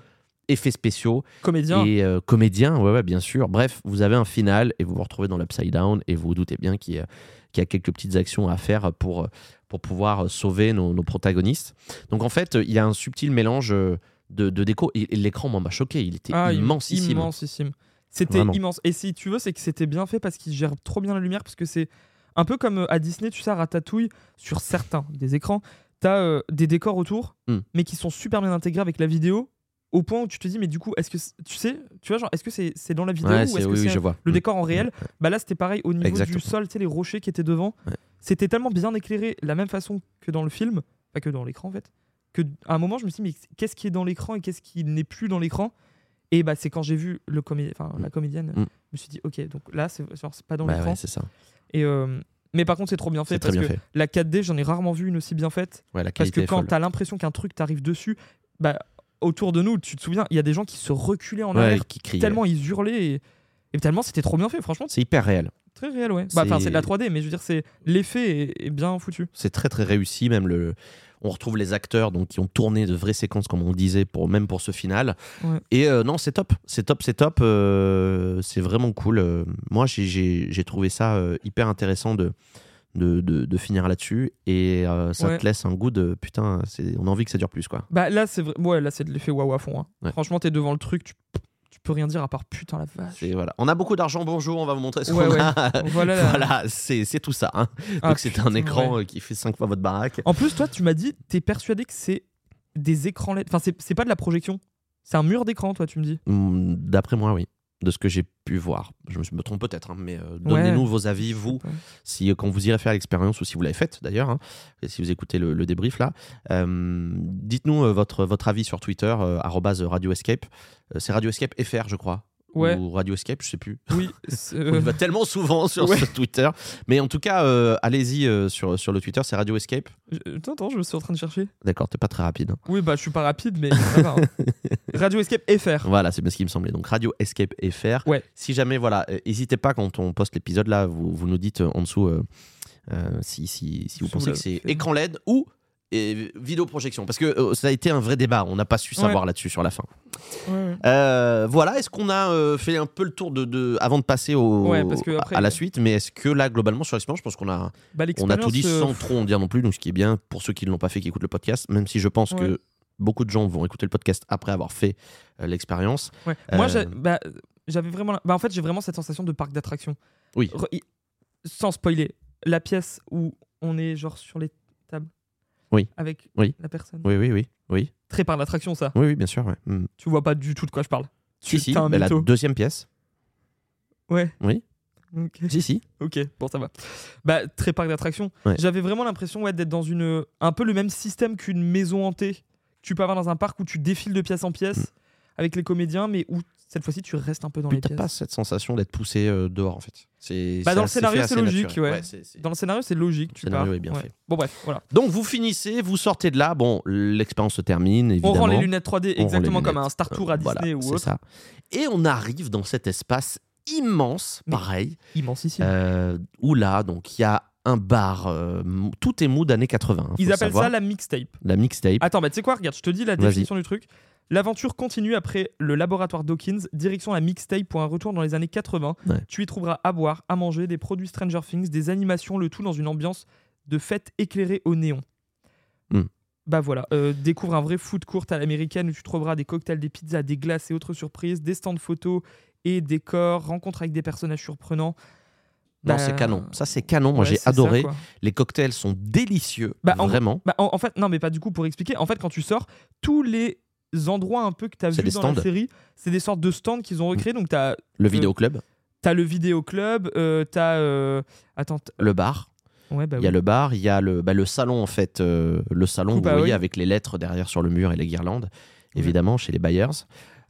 S1: effets spéciaux
S2: Comédien.
S1: et euh, comédien, ouais, ouais, bien sûr. Bref, vous avez un final et vous vous retrouvez dans l'Upside Down et vous vous doutez bien qu'il y, a- qu'il y a quelques petites actions à faire pour, pour pouvoir sauver nos, nos protagonistes. Donc en fait, il y a un euh, subtil mélange de, de déco. Et l'écran, moi, m'a choqué. Il était
S2: Ah, im-
S1: immensissime.
S2: immensissime. C'était
S1: Vraiment.
S2: immense. Et si tu veux, c'est que c'était bien fait parce qu'ils gèrent trop bien la lumière, parce que c'est un peu comme euh, à Disney, tu sais, à Ratatouille, sur certains des écrans, t'as euh, des décors autour,
S1: Hmm.
S2: mais qui sont super bien intégrés avec la vidéo, au point où tu te dis, mais du coup, est-ce que c'est- tu sais, tu vois, genre, est-ce que c'est c'est dans la vidéo
S1: Ouais,
S2: ou est-ce
S1: c'est-
S2: que
S1: oui, oui,
S2: c'est
S1: je vois.
S2: le
S1: Mm.
S2: décor en réel Bah là, c'était pareil au niveau
S1: Exactement.
S2: du sol, tu sais, les rochers qui étaient devant,
S1: Ouais.
S2: c'était tellement bien éclairé, la même façon que dans le film, pas que dans l'écran en fait, que d- à un moment, je me suis dit, mais qu'est-ce qui est dans l'écran et qu'est-ce qui n'est plus dans l'écran Et bah, c'est quand j'ai vu le comé- enfin, la comédienne,
S1: Mm.
S2: je me suis dit, ok, donc là, c'est genre, c'est pas dans
S1: Bah
S2: l'écran.
S1: ouais, c'est ça.
S2: Et euh, mais par contre, c'est trop bien fait
S1: C'est très
S2: parce
S1: bien
S2: que
S1: fait.
S2: la 4D, j'en ai rarement vu une aussi bien faite.
S1: Ouais, la
S2: Parce
S1: qualité
S2: que quand
S1: est folle.
S2: t'as l'impression qu'un truc t'arrive dessus, bah, autour de nous, tu te souviens, il y a des gens qui se reculaient en
S1: Ouais,
S2: arrière,
S1: qui crie. euh,
S2: tellement ils hurlaient et, et tellement c'était trop bien fait. Franchement,
S1: C'est hyper réel.
S2: c'est très réel, ouais. Bah,
S1: C'est-
S2: Enfin, c'est de la 3D, mais je veux dire, c'est l'effet est, est bien foutu.
S1: C'est très très réussi, même le. On retrouve les acteurs donc qui ont tourné de vraies séquences comme on disait pour même pour ce final.
S2: Ouais.
S1: Et euh, non, c'est top, c'est top, c'est top. euh, c'est vraiment cool. euh, moi, j'ai- j'ai j'ai trouvé ça euh, hyper intéressant de de, de- de finir là-dessus et euh, ça
S2: Ouais.
S1: te laisse un goût de putain. c'est- On a envie que ça dure plus quoi.
S2: Bah là, c'est vrai. Ouais, là, c'est de l'effet waouh à fond. hein.
S1: Ouais.
S2: Franchement, t'es devant le truc, tu, tu peux rien dire à part putain la vache.
S1: C'est- Voilà. On a beaucoup d'argent. Bonjour, on va vous montrer ce
S2: Ouais,
S1: qu'on
S2: ouais.
S1: a.
S2: Voilà. la-
S1: Voilà, c'est c'est tout ça. hein.
S2: Ah,
S1: donc c'est un
S2: putain,
S1: écran
S2: ouais.
S1: euh, qui fait 5 fois votre baraque.
S2: En plus, toi, tu m'as dit, t'es persuadé que c'est des écrans LED. Enfin, c'est c'est pas de la projection. C'est un mur d'écran, toi, tu me dis.
S1: Hmm, D'après moi, oui. De ce que j'ai pu voir. Je me- je me trompe peut-être, hein, mais euh, donnez-nous vos avis, vous, si, euh, quand vous irez faire l'expérience ou si vous l'avez faite d'ailleurs, hein, et si vous écoutez le, le débrief là. Euh, Dites-nous euh, votre, votre avis sur Twitter, euh, arrobase Radio Escape. Euh, C'est Radio Escape FR, je crois.
S2: Ouais,
S1: Ou Radio Escape, je sais plus.
S2: oui. c'est-
S1: On y
S2: euh,
S1: va tellement souvent sur
S2: Ouais.
S1: ce Twitter. Mais en tout cas, euh, allez-y euh, sur, sur le Twitter, c'est Radio Escape.
S2: je- Attends, attends, je suis en train de chercher.
S1: D'accord, t'es pas très rapide. hein.
S2: Oui, bah, je suis pas rapide, mais ça va. hein. Radio Escape FR.
S1: Voilà, c'est bien ce qui me semblait. Donc Radio Escape FR.
S2: Ouais.
S1: Si jamais, voilà, n'hésitez pas quand on poste l'épisode là, vous, vous nous dites euh, en dessous euh, euh, si, si, si vous
S2: Si
S1: pensez
S2: vous
S1: que
S2: l'avez
S1: c'est
S2: fait.
S1: écran LED ou et, vidéo projection. Parce que euh, ça a été un vrai débat. On n'a pas su savoir là-dessus sur la fin.
S2: Ouais.
S1: Euh, voilà, est-ce qu'on a euh, fait un peu le tour de, de- avant de passer au,
S2: Ouais, parce que après,
S1: à la
S2: euh,
S1: suite Mais est-ce que là, globalement, sur l'expérience, je pense qu'on a,
S2: Bah,
S1: on a
S2: l'expérience,
S1: tout dit
S2: euh,
S1: sans trop en dire non plus. Donc ce qui est bien pour ceux qui ne l'ont pas fait, qui écoutent le podcast, même si je pense
S2: Ouais.
S1: que beaucoup de gens vont écouter le podcast après avoir fait euh, l'expérience.
S2: Ouais.
S1: Euh,
S2: Moi, j'ai- bah, j'avais vraiment. la- Bah, en fait, j'ai vraiment cette sensation de parc d'attractions.
S1: Oui.
S2: Re- i- Sans spoiler, la pièce où on est genre sur les tables.
S1: Oui.
S2: Avec
S1: Oui.
S2: la personne.
S1: Oui, oui, oui, oui.
S2: Très par d'attraction, ça.
S1: Oui, oui, bien sûr. Ouais. Mm.
S2: Tu vois pas du tout de quoi je parle.
S1: Si, si,
S2: t'es un
S1: bah, la
S2: mytho.
S1: deuxième pièce.
S2: Ouais.
S1: Oui.
S2: Ok.
S1: Si, si.
S2: Ok, bon ça va. Bah, très parc d'attractions.
S1: Ouais.
S2: J'avais vraiment l'impression ouais, d'être dans une un peu le même système qu'une maison hantée. que Tu peux avoir dans un parc où tu défiles de pièce en pièce avec les comédiens, mais où cette fois-ci tu restes un peu dans
S1: Puis
S2: les
S1: Mm. t'as
S2: pièces.
S1: pas cette sensation d'être poussé euh, dehors, en fait. C'est,
S2: Bah,
S1: c'est
S2: dans le
S1: assez-
S2: scénario,
S1: fait
S2: c'est
S1: assez
S2: logique,
S1: naturel.
S2: ouais.
S1: c'est- c'est-
S2: Dans le scénario, c'est logique. Tu
S1: Scénario
S2: pars.
S1: est bien fait.
S2: Bon bref, voilà.
S1: Donc, vous finissez, vous sortez de là. Bon, l'expérience se termine, évidemment.
S2: On rend les lunettes 3D
S1: On rend
S2: exactement
S1: les
S2: comme
S1: lunettes.
S2: un Star Tour à
S1: Euh, voilà,
S2: Disney ou
S1: c'est
S2: autre.
S1: ça. Et on arrive dans cet espace immense,
S2: Mais-
S1: pareil,
S2: Immensissime.
S1: euh, où là, donc, il y a un bar. euh, mou- tout est mood années 80. hein, faut
S2: Ils appellent
S1: savoir.
S2: ça la mixtape.
S1: la mixtape.
S2: Attends, bah tu sais quoi, regarde, je te dis la
S1: Vas-y.
S2: définition du truc. L'aventure continue après le laboratoire Dawkins, direction la mixtape pour un retour dans les années 80.
S1: Ouais.
S2: Tu y trouveras à boire, à manger, des produits Stranger Things, des animations, le tout dans une ambiance de fête éclairée au néon.
S1: Hmm.
S2: Bah voilà, euh, découvre un vrai food court à l'américaine où tu trouveras des cocktails, des pizzas, des glaces et autres surprises, des stands photos et décors, rencontres avec des personnages surprenants.
S1: Non,
S2: bah,
S1: c'est canon. Ça, c'est canon. Moi,
S2: Ouais,
S1: j'ai
S2: c'est ça,
S1: adoré.
S2: quoi.
S1: les cocktails sont délicieux.
S2: Bah, en-
S1: vraiment.
S2: Bah, en, en fait, non, mais pas du coup pour expliquer. En fait, quand tu sors, tous les endroits un peu que tu as
S1: C'est
S2: vus
S1: des
S2: dans
S1: stands. Mm.
S2: la série, c'est des sortes de stands qu'ils ont recréés. Donc, tu as,
S1: Le
S2: Mm.
S1: vidéoclub,
S2: le vidéoclub, euh, tu as. Attends. t-
S1: le bar.
S2: Ouais, bah
S1: Il
S2: oui.
S1: y a le bar, il y a le, bah, le salon en fait, euh, le salon,
S2: Coupe
S1: vous
S2: à
S1: voyez,
S2: oeil.
S1: avec les lettres derrière sur le mur et les guirlandes,
S2: Ouais.
S1: évidemment, chez les buyers.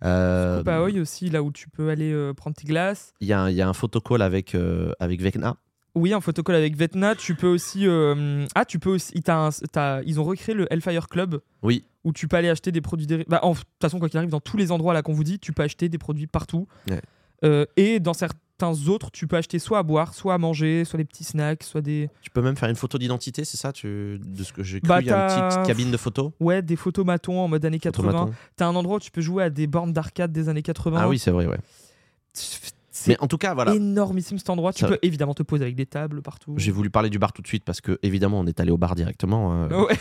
S1: Euh,
S2: Coupe à oeil aussi, là où tu peux aller euh, prendre tes glaces.
S1: Il y, a un- il y a un photocall avec, euh, avec Vecna.
S2: Oui, un photocall avec Vetna. Tu peux aussi. euh, ah, tu peux aussi. t'as un- t'as- ils ont recréé le Hellfire Club.
S1: Oui.
S2: Où tu peux aller acheter des produits dérivés. Bah, en- de toute façon, quoi qu'il arrive, dans tous les endroits là qu'on vous dit, tu peux acheter des produits partout.
S1: Ouais.
S2: Euh, et dans certains autres, tu peux acheter soit à boire, soit à manger, soit des petits snacks, soit des.
S1: Tu peux même faire une photo d'identité, c'est ça tu, De ce que j'ai cru,
S2: Bah,
S1: il y a une
S2: t'as-
S1: petite cabine de photo
S2: Ouais, des photomatons en mode années 80.
S1: Automaton.
S2: T'as un endroit où tu peux jouer à des bornes d'arcade des années 80.
S1: Ah oui, c'est vrai, ouais.
S2: Tch, C'est
S1: Ah Mais en tout cas, voilà.
S2: énormissime cet endroit. Tu
S1: Ça-
S2: peux évidemment te poser avec des tables partout.
S1: J'ai voulu parler du bar tout de suite parce que, évidemment, on est allé au bar directement. hein.
S2: Ouais.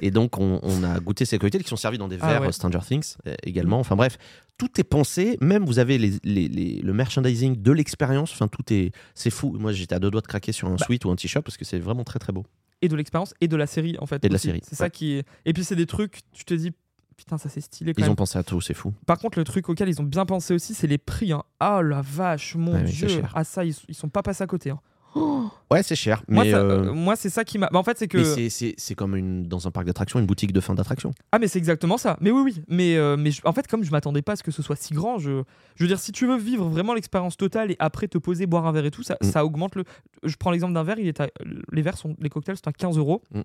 S1: Et donc, on, on a goûté ces cocktails qui sont servis dans des
S2: Ah
S1: verres
S2: ouais.
S1: euh, Stranger Things euh, également. Enfin bref, tout est pensé. Même vous avez les- les- les- le merchandising de l'expérience. Enfin, tout est. C'est fou. Moi, j'étais à deux doigts de craquer sur un
S2: Bah.
S1: suite ou un t-shirt parce que c'est vraiment très très beau.
S2: Et de l'expérience et de la série en fait.
S1: Et de la
S2: aussi.
S1: série,
S2: C'est ça
S1: ouais.
S2: qui est. Et puis c'est des trucs, tu te dis putain ça c'est stylé quand
S1: Ils
S2: même.
S1: ont pensé à tout, c'est fou.
S2: Par contre le truc auquel ils ont bien pensé aussi c'est les prix. hein. Ah la vache mon
S1: Ouais, oui,
S2: dieu.
S1: c'est cher.
S2: Ah ça ils, ils sont pas passés à côté. hein.
S1: Ouais, c'est cher.
S2: Moi,
S1: Mais
S2: ça-
S1: euh,
S2: euh, moi c'est ça qui m'a. bah, en fait c'est que.
S1: mais c'est- c'est c'est comme une, dans un parc d'attractions, une boutique de fin d'attraction.
S2: Ah mais c'est exactement ça. Mais oui oui. Mais, euh, mais je- en fait comme je m'attendais pas à ce que ce soit si grand, je, je veux dire si tu veux vivre vraiment l'expérience totale et après te poser boire un verre et tout, ça,
S1: Mm.
S2: ça augmente le. Je prends l'exemple d'un verre, il est à- les verres sont les cocktails sont à 15 euros.
S1: Mm.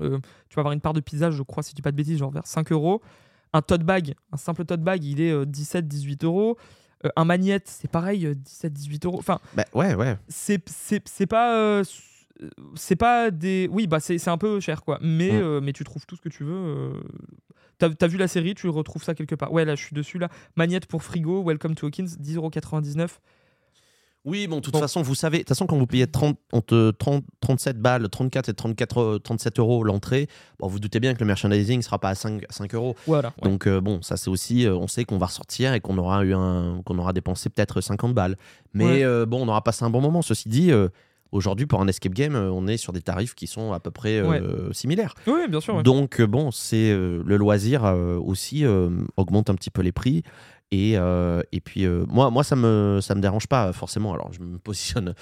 S2: Euh, tu vas avoir une part de pizza, je crois si tu dis pas de bêtises, genre vers 5 euros. Un tote bag, un simple tote bag, il est 17-18 euros. Euh, un magnète, c'est pareil, 17-18 euros. Enfin,
S1: Bah, ouais, ouais.
S2: c'est c'est c'est pas euh, c'est pas des oui bah c'est c'est un peu cher quoi mais
S1: Mm.
S2: euh, mais tu trouves tout ce que tu veux euh. t'as t'as vu la série tu retrouves ça quelque part ouais là je suis dessus là magnète pour frigo welcome to Hawkins 10,99€
S1: Oui, bon, de toute
S2: Bon.
S1: façon, vous savez, de toute façon, quand vous payez 30, entre 30, 37 balles, 34 et 34, euh, 37 euros l'entrée, bon, vous doutez bien que le merchandising ne sera pas à 5, 5 euros.
S2: voilà ouais.
S1: Donc, euh, bon, ça, c'est aussi, euh, on sait qu'on va ressortir et qu'on aura, eu un- qu'on aura dépensé peut-être 50 balles. Mais
S2: Ouais.
S1: euh, bon, on aura passé un bon moment. Ceci dit, euh, aujourd'hui, pour un escape game, euh, on est sur des tarifs qui sont à peu près euh, similaires.
S2: oui bien sûr ouais.
S1: Donc euh, bon, c'est euh, le loisir euh, aussi euh, augmente un petit peu les prix. Et, euh, et puis euh, moi, moi ça me ça me dérange pas forcément. Alors je me positionne,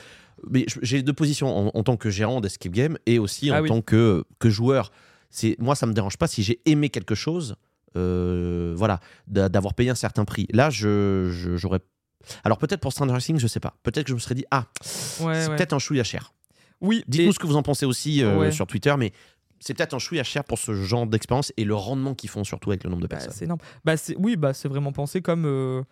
S1: mais je- j'ai deux positions en, en tant que gérant d'escape game et aussi en
S2: Ah oui.
S1: tant que que joueur. C'est moi ça me dérange pas si j'ai aimé quelque chose, euh, voilà, d'a- d'avoir payé un certain prix. Là je je- j'aurais alors peut-être pour Stranger Things, je sais pas. Peut-être que je me serais dit ah
S2: Ouais,
S1: c'est
S2: ouais.
S1: peut-être un chouïa cher.
S2: oui
S1: Dites-nous
S2: et-
S1: ce que vous en pensez aussi euh,
S2: Ouais.
S1: sur Twitter, mais c'est peut-être un chouïa cher pour ce genre d'expérience et le rendement qu'ils font, surtout avec le nombre de
S2: bah,
S1: personnes.
S2: c'est énorme bah c'est oui bah c'est vraiment pensé comme euh,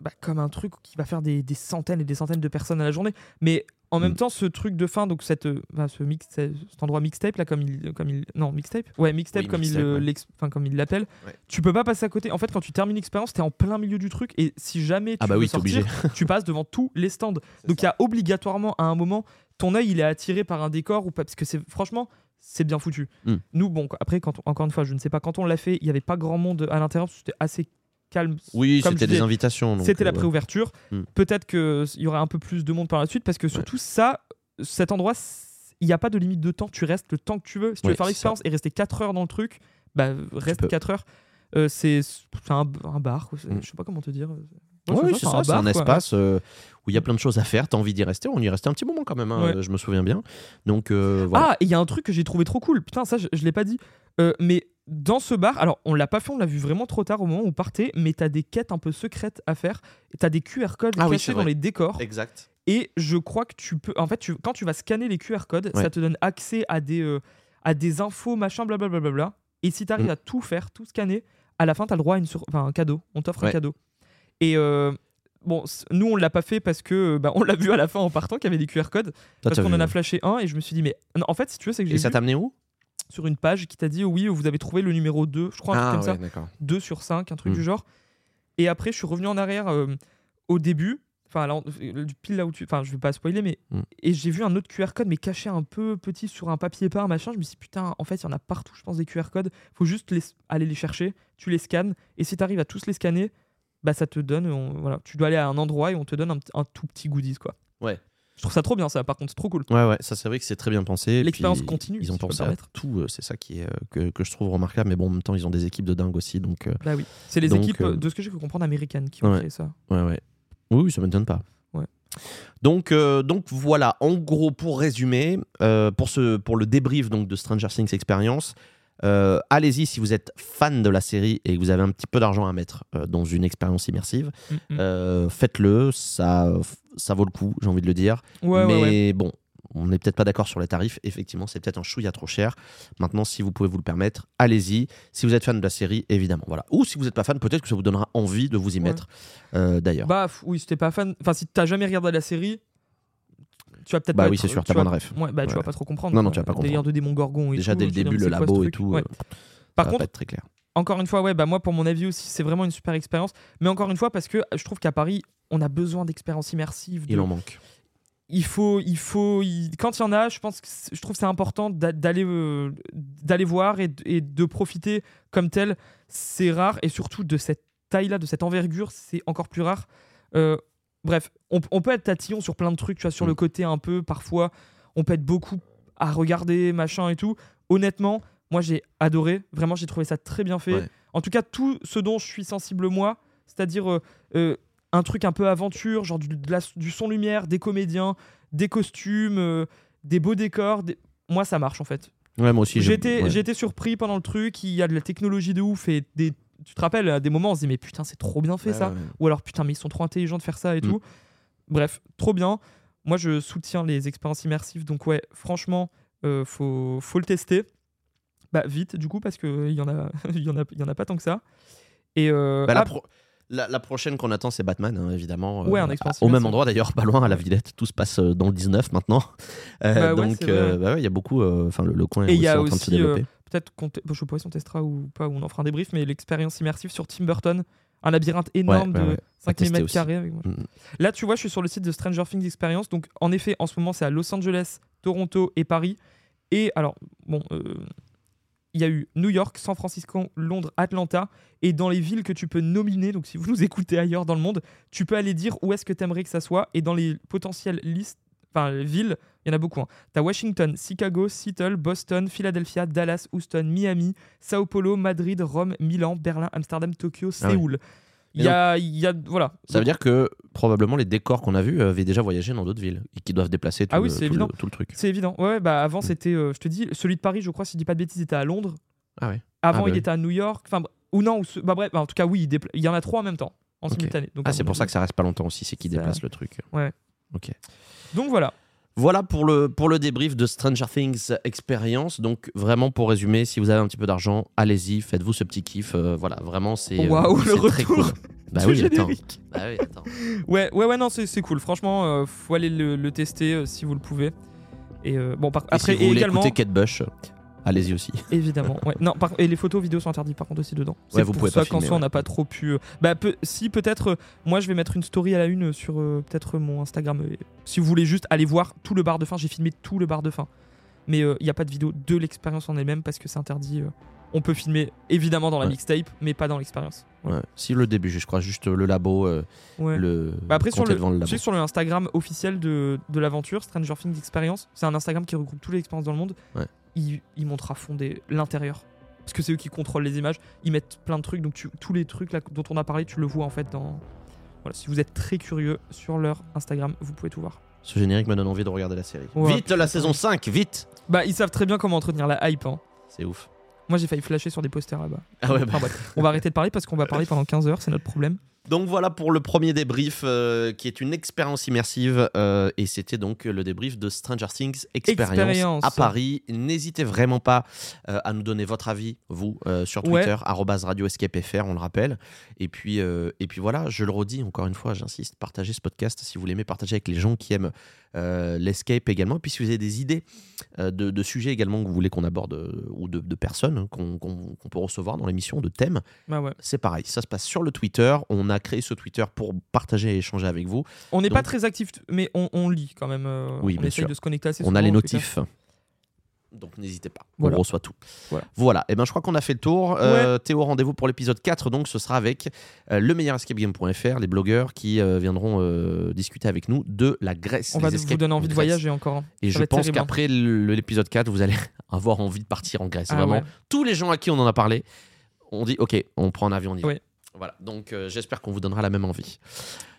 S2: bah, comme un truc qui va faire des, des centaines et des centaines de personnes à la journée mais en même
S1: Mm.
S2: temps, ce truc de fin, donc cette, euh, bah, ce mix, cet endroit mixtape là, comme il, comme il, non mixtape, ouais mixtape
S1: Oui,
S2: comme il,
S1: mixtape,
S2: euh,
S1: ouais.
S2: l'ex- enfin, comme il l'appelle,
S1: Ouais.
S2: tu peux pas passer à côté. En fait, quand tu termines l'expérience, t'es en plein milieu du truc et si jamais tu
S1: Ah bah
S2: veux
S1: oui, t'es
S2: sortir, tu passes devant tous les stands. Donc il y a obligatoirement à un moment, ton œil il est attiré par un décor ou pas, parce que c'est franchement c'est bien foutu.
S1: Mm.
S2: Nous bon après quand on- encore une fois je ne sais pas quand on l'a fait, il y avait pas grand monde à l'intérieur, parce que c'était assez calme.
S1: Oui,
S2: Comme
S1: c'était
S2: je
S1: des
S2: disais,
S1: invitations. donc,
S2: C'était
S1: euh,
S2: la préouverture.
S1: Mm.
S2: Peut-être que s- il y aura un peu plus de monde par la suite parce que surtout ça, cet endroit, s- il n'y a pas de limite de temps. Tu restes le temps que tu veux. Si tu
S1: Oui,
S2: veux faire
S1: c'est
S2: l'expérience et rester 4 heures dans le truc, bah reste
S1: peux.
S2: 4 heures. Euh, c'est c'est un, un bar, quoi. C'est-
S1: Mm.
S2: je sais pas comment te dire.
S1: ouais,
S2: Ouais,
S1: oui,
S2: c'est
S1: c'est
S2: un
S1: ça, c'est
S2: bar,
S1: un
S2: quoi.
S1: espace euh, où il y a plein de choses à faire. T'as envie d'y rester, on y restait un petit moment quand même. hein,
S2: Ouais.
S1: euh, Je me souviens bien. Donc euh, voilà.
S2: Ah, et il y a un truc que j'ai trouvé trop cool. Putain, ça, je, je l'ai pas dit. Euh, mais dans ce bar, alors on l'a pas fait, on l'a vu vraiment trop tard au moment où on partait, mais t'as des quêtes un peu secrètes à faire. Et T'as des QR codes
S1: Ah oui,
S2: cachés
S1: c'est
S2: dans
S1: vrai.
S2: les décors.
S1: exact.
S2: Et je crois que tu peux. En fait, tu, quand tu vas scanner les QR codes,
S1: Ouais.
S2: ça te donne accès à des, euh, à des infos, machin, blablabla. Et si tu arrives
S1: Mm.
S2: à tout faire, tout scanner, à la fin, tu as le droit à une sur... enfin, un cadeau. On t'offre un
S1: Ouais.
S2: cadeau. Et euh, bon, c- nous, on l'a pas fait parce que euh, bah, on l'a vu à la fin en partant qu'il y avait des QR codes.
S1: Toi,
S2: parce
S1: t'as
S2: qu'on
S1: vu,
S2: en a
S1: ouais.
S2: flashé un et je me suis dit, mais non, en fait, si tu veux, c'est que j'ai
S1: Et ça
S2: vu
S1: t'a Ah, amené où
S2: sur une page qui t'a dit, oui, vous avez trouvé le numéro 2, je crois, un truc comme ça.
S1: d'accord.
S2: 2 sur 5, un truc
S1: Mm.
S2: du genre. Et après, je suis revenu en arrière euh, au début, enfin, là, on- euh, pile là où tu. Enfin, je vais pas spoiler, mais.
S1: Mm.
S2: Et j'ai vu un autre QR code, mais caché un peu petit sur un papier peint, machin. Je me suis dit, putain, en fait, il y en a partout, je pense, des QR codes. Faut juste les- aller les chercher, tu les scannes, et si t'arrives à tous les scanner, bah, ça te donne. on- voilà, tu dois aller à un endroit et on te donne un, petit- un tout petit goodies, quoi.
S1: Ouais.
S2: Je trouve ça trop bien, ça, par contre, c'est trop cool.
S1: Ouais, ouais, ça c'est vrai que c'est très bien pensé.
S2: L'expérience
S1: puis
S2: continue,
S1: Ils ont
S2: si je peux me
S1: pensé à
S2: permettre.
S1: tout. euh, C'est ça qui est, euh, que, que je trouve remarquable. Mais bon, en même temps, ils ont des équipes de dingue aussi. Donc euh,
S2: Bah oui. C'est les
S1: Donc,
S2: équipes,
S1: euh,
S2: de ce que j'ai pu comprendre, américaines qui ont
S1: ouais.
S2: créé ça.
S1: Ouais, ouais. Oui, oui, ça m'étonne pas.
S2: Ouais.
S1: Donc, euh, donc voilà, en gros, pour résumer, euh, pour, ce, pour le débrief donc, de Stranger Things Experience, euh, allez-y si vous êtes fan de la série et que vous avez un petit peu d'argent à mettre euh, dans une expérience immersive.
S2: Mm, mm.
S1: Euh, Faites-le, ça, ça vaut le coup, j'ai envie de le dire.
S2: ouais,
S1: Mais
S2: ouais, ouais.
S1: bon, on n'est peut-être pas d'accord sur les tarifs. Effectivement, c'est peut-être un chouïa trop cher. Maintenant, si vous pouvez vous le permettre, allez-y. Si vous êtes fan de la série, évidemment. Voilà. Ou si vous n'êtes pas fan, peut-être que ça vous donnera envie de vous y
S2: Ouais.
S1: mettre. euh, D'ailleurs.
S2: Bah f- oui, si t'es pas fan, enfin si t'as jamais regardé la série, tu vas peut-être
S1: Bah
S2: pas
S1: oui,
S2: être-
S1: c'est sûr,
S2: tu
S1: t'as
S2: vas-
S1: moins de ref.
S2: Ouais, bah tu
S1: Ouais.
S2: vas pas trop comprendre.
S1: Non, non,
S2: quoi.
S1: tu vas pas
S2: Le Délire de démon gorgon et
S1: Déjà
S2: tout,
S1: dès le
S2: tu te dis,
S1: début, le
S2: mais c'est quoi,
S1: labo
S2: ce
S1: et
S2: truc
S1: tout,
S2: Ouais.
S1: euh, ça va
S2: Par contre,
S1: pas être très clair.
S2: encore une fois, ouais, bah moi pour mon avis aussi, c'est vraiment une super expérience. Mais encore une fois, parce que je trouve qu'à Paris, on a besoin d'expériences immersives. de-
S1: Il en manque.
S2: il faut, il faut, il- quand il y en a, je pense, que c'est- je trouve que c'est important d'a- d'aller, euh, d'aller voir et, d- et de profiter comme tel. C'est rare et surtout de cette taille-là, de cette envergure, c'est encore plus rare. Euh, bref, on, on peut être tatillon sur plein de trucs, tu vois, sur
S1: Mm.
S2: le côté un peu, parfois, on peut être beaucoup à regarder, machin et tout. Honnêtement, moi j'ai adoré, vraiment j'ai trouvé ça très bien fait.
S1: Ouais.
S2: En tout cas, tout ce dont je suis sensible moi, c'est-à-dire euh, euh, un truc un peu aventure, genre du, de la- du son-lumière, des comédiens, des costumes, euh, des beaux décors. des- Moi, ça marche en fait.
S1: Ouais, moi aussi.
S2: J'ai
S1: j'ai-
S2: été,
S1: ouais.
S2: j'ai été surpris pendant le truc. Il y a de la technologie de ouf et des. Tu te rappelles, à des moments, on se dit mais putain, c'est trop bien fait
S1: Ouais,
S2: ça.
S1: ouais.
S2: Ou alors putain, mais ils sont trop intelligents de faire ça et
S1: Mm.
S2: tout. Bref, trop bien. Moi, je soutiens les expériences immersives. Donc ouais, franchement, euh, faut, faut le tester. Bah vite, du coup, parce que euh, il y en a, il y en a, il y en a pas tant que ça. Et euh,
S1: Bah, la,
S2: ah,
S1: pro- la- la prochaine qu'on attend, c'est Batman, hein, évidemment.
S2: Ouais, un expanse
S1: à- Au même
S2: immersive.
S1: endroit d'ailleurs, pas loin, à la Villette. Tout se passe euh, dans le 19 maintenant. Euh,
S2: Bah ouais,
S1: donc,
S2: c'est
S1: euh,
S2: vrai.
S1: bah ouais, il y a beaucoup. euh, Enfin, le, le coin
S2: Et
S1: est
S2: il y
S1: aussi
S2: a
S1: en train de se
S2: aussi, euh,
S1: développer.
S2: peut-être qu'on te- bon, je sais pas si on testera ou pas, ou on en fera un débrief, mais l'expérience immersive sur Tim Burton, un labyrinthe énorme
S1: ouais,
S2: de
S1: ouais.
S2: 5000
S1: tester
S2: mètres
S1: aussi.
S2: carrés. avec moi.
S1: Mm.
S2: Là, tu vois, je suis sur le site de Stranger Things Experience. Donc, en effet, en ce moment, c'est à Los Angeles, Toronto et Paris. Et alors, bon, euh, il y a eu New York, San Francisco, Londres, Atlanta. Et dans les villes que tu peux nominer, donc si vous nous écoutez ailleurs dans le monde, tu peux aller dire où est-ce que tu aimerais que ça soit. Et dans les potentielles listes, enfin, les villes, il y en a beaucoup. Hein. T'as Washington, Chicago, Seattle, Boston, Philadelphia, Dallas, Houston, Miami, Sao Paulo, Madrid, Rome, Milan, Berlin, Amsterdam, Tokyo,
S1: Ah ouais.
S2: Séoul. Il
S1: Et
S2: y, a, il y a. Voilà.
S1: Ça veut dire que probablement les décors qu'on a vus euh, avaient déjà voyagé dans d'autres villes et qui doivent déplacer tout,
S2: Ah oui,
S1: le,
S2: c'est
S1: tout le-
S2: évident.
S1: tout le truc.
S2: C'est évident. Ouais, ouais, bah avant c'était, euh, je te dis, celui de Paris, je crois, si je dis pas de bêtises, était à Londres.
S1: Ah ouais.
S2: Avant,
S1: Ah bah
S2: il
S1: oui.
S2: était à New York. Enfin, br- ou non, ou ce- bah bref, bah, en tout cas, oui, il, dépla- il y en a trois en même temps, en
S1: Ok.
S2: simultané. Donc,
S1: Ah,
S2: à
S1: c'est
S2: mon
S1: pour ça
S2: avis-
S1: que ça reste pas longtemps aussi, c'est qui
S2: Ça-
S1: déplace le truc. euh.
S2: Ouais.
S1: Ok.
S2: Donc voilà.
S1: Voilà pour le, pour le débrief de Stranger Things Experience. Donc, vraiment, pour résumer, si vous avez un petit peu d'argent, allez-y, faites-vous ce petit kiff. Euh, voilà, vraiment, c'est. euh,
S2: Waouh, le
S1: c'est très
S2: retour
S1: cool. Bah
S2: Tout
S1: oui, attends.
S2: générique.
S1: Bah oui, attends.
S2: Ouais, ouais, ouais, non, c'est c'est cool. Franchement, euh, faut aller le, le tester euh, si vous le pouvez. Et euh, bon, par,
S1: Après,
S2: après,
S1: et si vous
S2: et
S1: voulez
S2: également,
S1: écouter Kate Bush, allez-y aussi.
S2: évidemment. Ouais, non, par- et les photos, vidéos sont interdites par contre aussi dedans. C'est
S1: vous
S2: pour
S1: pouvez
S2: ça
S1: pas
S2: qu'en
S1: filmer,
S2: soi, on
S1: ouais.
S2: n'a pas trop pu. euh, Bah, peu- si peut-être, euh, moi, je vais mettre une story à la une euh, sur euh, peut-être euh, mon Instagram. euh, si vous voulez juste aller voir tout le bar de fin, j'ai filmé tout le bar de fin. Mais il n'y a pas de vidéo de l'expérience en elle-même parce que c'est interdit. euh, on peut filmer évidemment dans la
S1: Ouais.
S2: mixtape, mais pas dans l'expérience.
S1: Ouais. Si le début, je crois, juste le labo, euh,
S2: Ouais.
S1: le.
S2: Bah après,
S1: quand
S2: sur
S1: t'es
S2: le,
S1: devant le
S2: tu
S1: labo.
S2: sais, sur le Instagram officiel de, de l'aventure, Stranger Things Experience, c'est un Instagram qui regroupe toutes les expériences dans le monde.
S1: Ouais.
S2: Ils, ils montrent à fond des- l'intérieur. Parce que c'est eux qui contrôlent les images. Ils mettent plein de trucs. Donc, tu- tous les trucs là, dont on a parlé, tu le vois en fait dans. Voilà, si vous êtes très curieux sur leur Instagram, vous pouvez tout voir.
S1: Ce générique me donne envie de regarder la série.
S2: Ouais,
S1: vite, la saison 5, vite
S2: Bah, ils savent très bien comment entretenir la hype. hein.
S1: C'est ouf.
S2: Moi, j'ai failli flasher sur des posters là-bas.
S1: Ah ouais, bah.
S2: Enfin, bref, on va arrêter de parler parce qu'on va parler pendant 15 heures, c'est notre problème.
S1: Donc voilà pour le premier débrief euh, qui est une expérience immersive euh, et c'était donc le débrief de Stranger Things Experience,
S2: Expérience.
S1: à Paris. N'hésitez vraiment pas euh, à nous donner votre avis, vous, euh, sur
S2: Ouais.
S1: Twitter, arobase radioescapefr, on le rappelle. Et puis, euh, et puis voilà, je le redis encore une fois, j'insiste, partagez ce podcast si vous l'aimez, partagez avec les gens qui aiment euh, l'escape également. Et puis si vous avez des idées euh, de, de sujets également que vous voulez qu'on aborde euh, ou de, de personnes hein, qu'on qu'on- qu'on peut recevoir dans l'émission, de thèmes
S2: Bah ouais.
S1: c'est pareil. Ça se passe sur le Twitter. On a créé ce Twitter pour partager et échanger avec vous.
S2: On n'est
S1: Donc-
S2: pas très actif, mais on, on lit quand même. euh,
S1: Oui,
S2: on
S1: bien
S2: essaye
S1: sûr.
S2: de se connecter assez
S1: On a
S2: souvent
S1: les
S2: en tout cas.
S1: notifs. Donc n'hésitez pas,
S2: Voilà.
S1: on reçoit tout.
S2: Voilà.
S1: Et ben je crois qu'on a fait le tour. Euh, Théo, rendez-vous pour l'épisode 4. Donc ce sera avec euh, le meilleur escapegame.fr, les blogueurs qui euh, viendront euh, discuter avec nous de la Grèce.
S2: On va
S1: les
S2: vous
S1: escapes
S2: donner envie
S1: en
S2: de
S1: Grèce.
S2: voyager encore. hein.
S1: Et
S2: Ça
S1: je
S2: va être
S1: pense
S2: terrible, hein.
S1: qu'après le- l'épisode 4, vous allez avoir envie de partir en Grèce.
S2: Ah
S1: Vraiment,
S2: ouais.
S1: tous les gens à qui on en a parlé, on dit OK, on prend un avion, on y va.
S2: Oui.
S1: Voilà. Donc euh, j'espère qu'on vous donnera la même envie.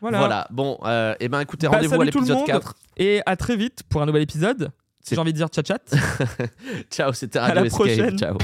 S2: Voilà.
S1: Voilà. Bon, et ben écoutez,
S2: Bah,
S1: rendez-vous à
S2: salut tout le
S1: l'épisode
S2: monde.
S1: 4.
S2: Et à très vite pour un nouvel épisode.
S1: C'est-
S2: J'ai envie de dire tchat chat.
S1: Ciao, c'était
S2: À
S1: Radio
S2: la
S1: Escape.
S2: prochaine.
S1: Ciao.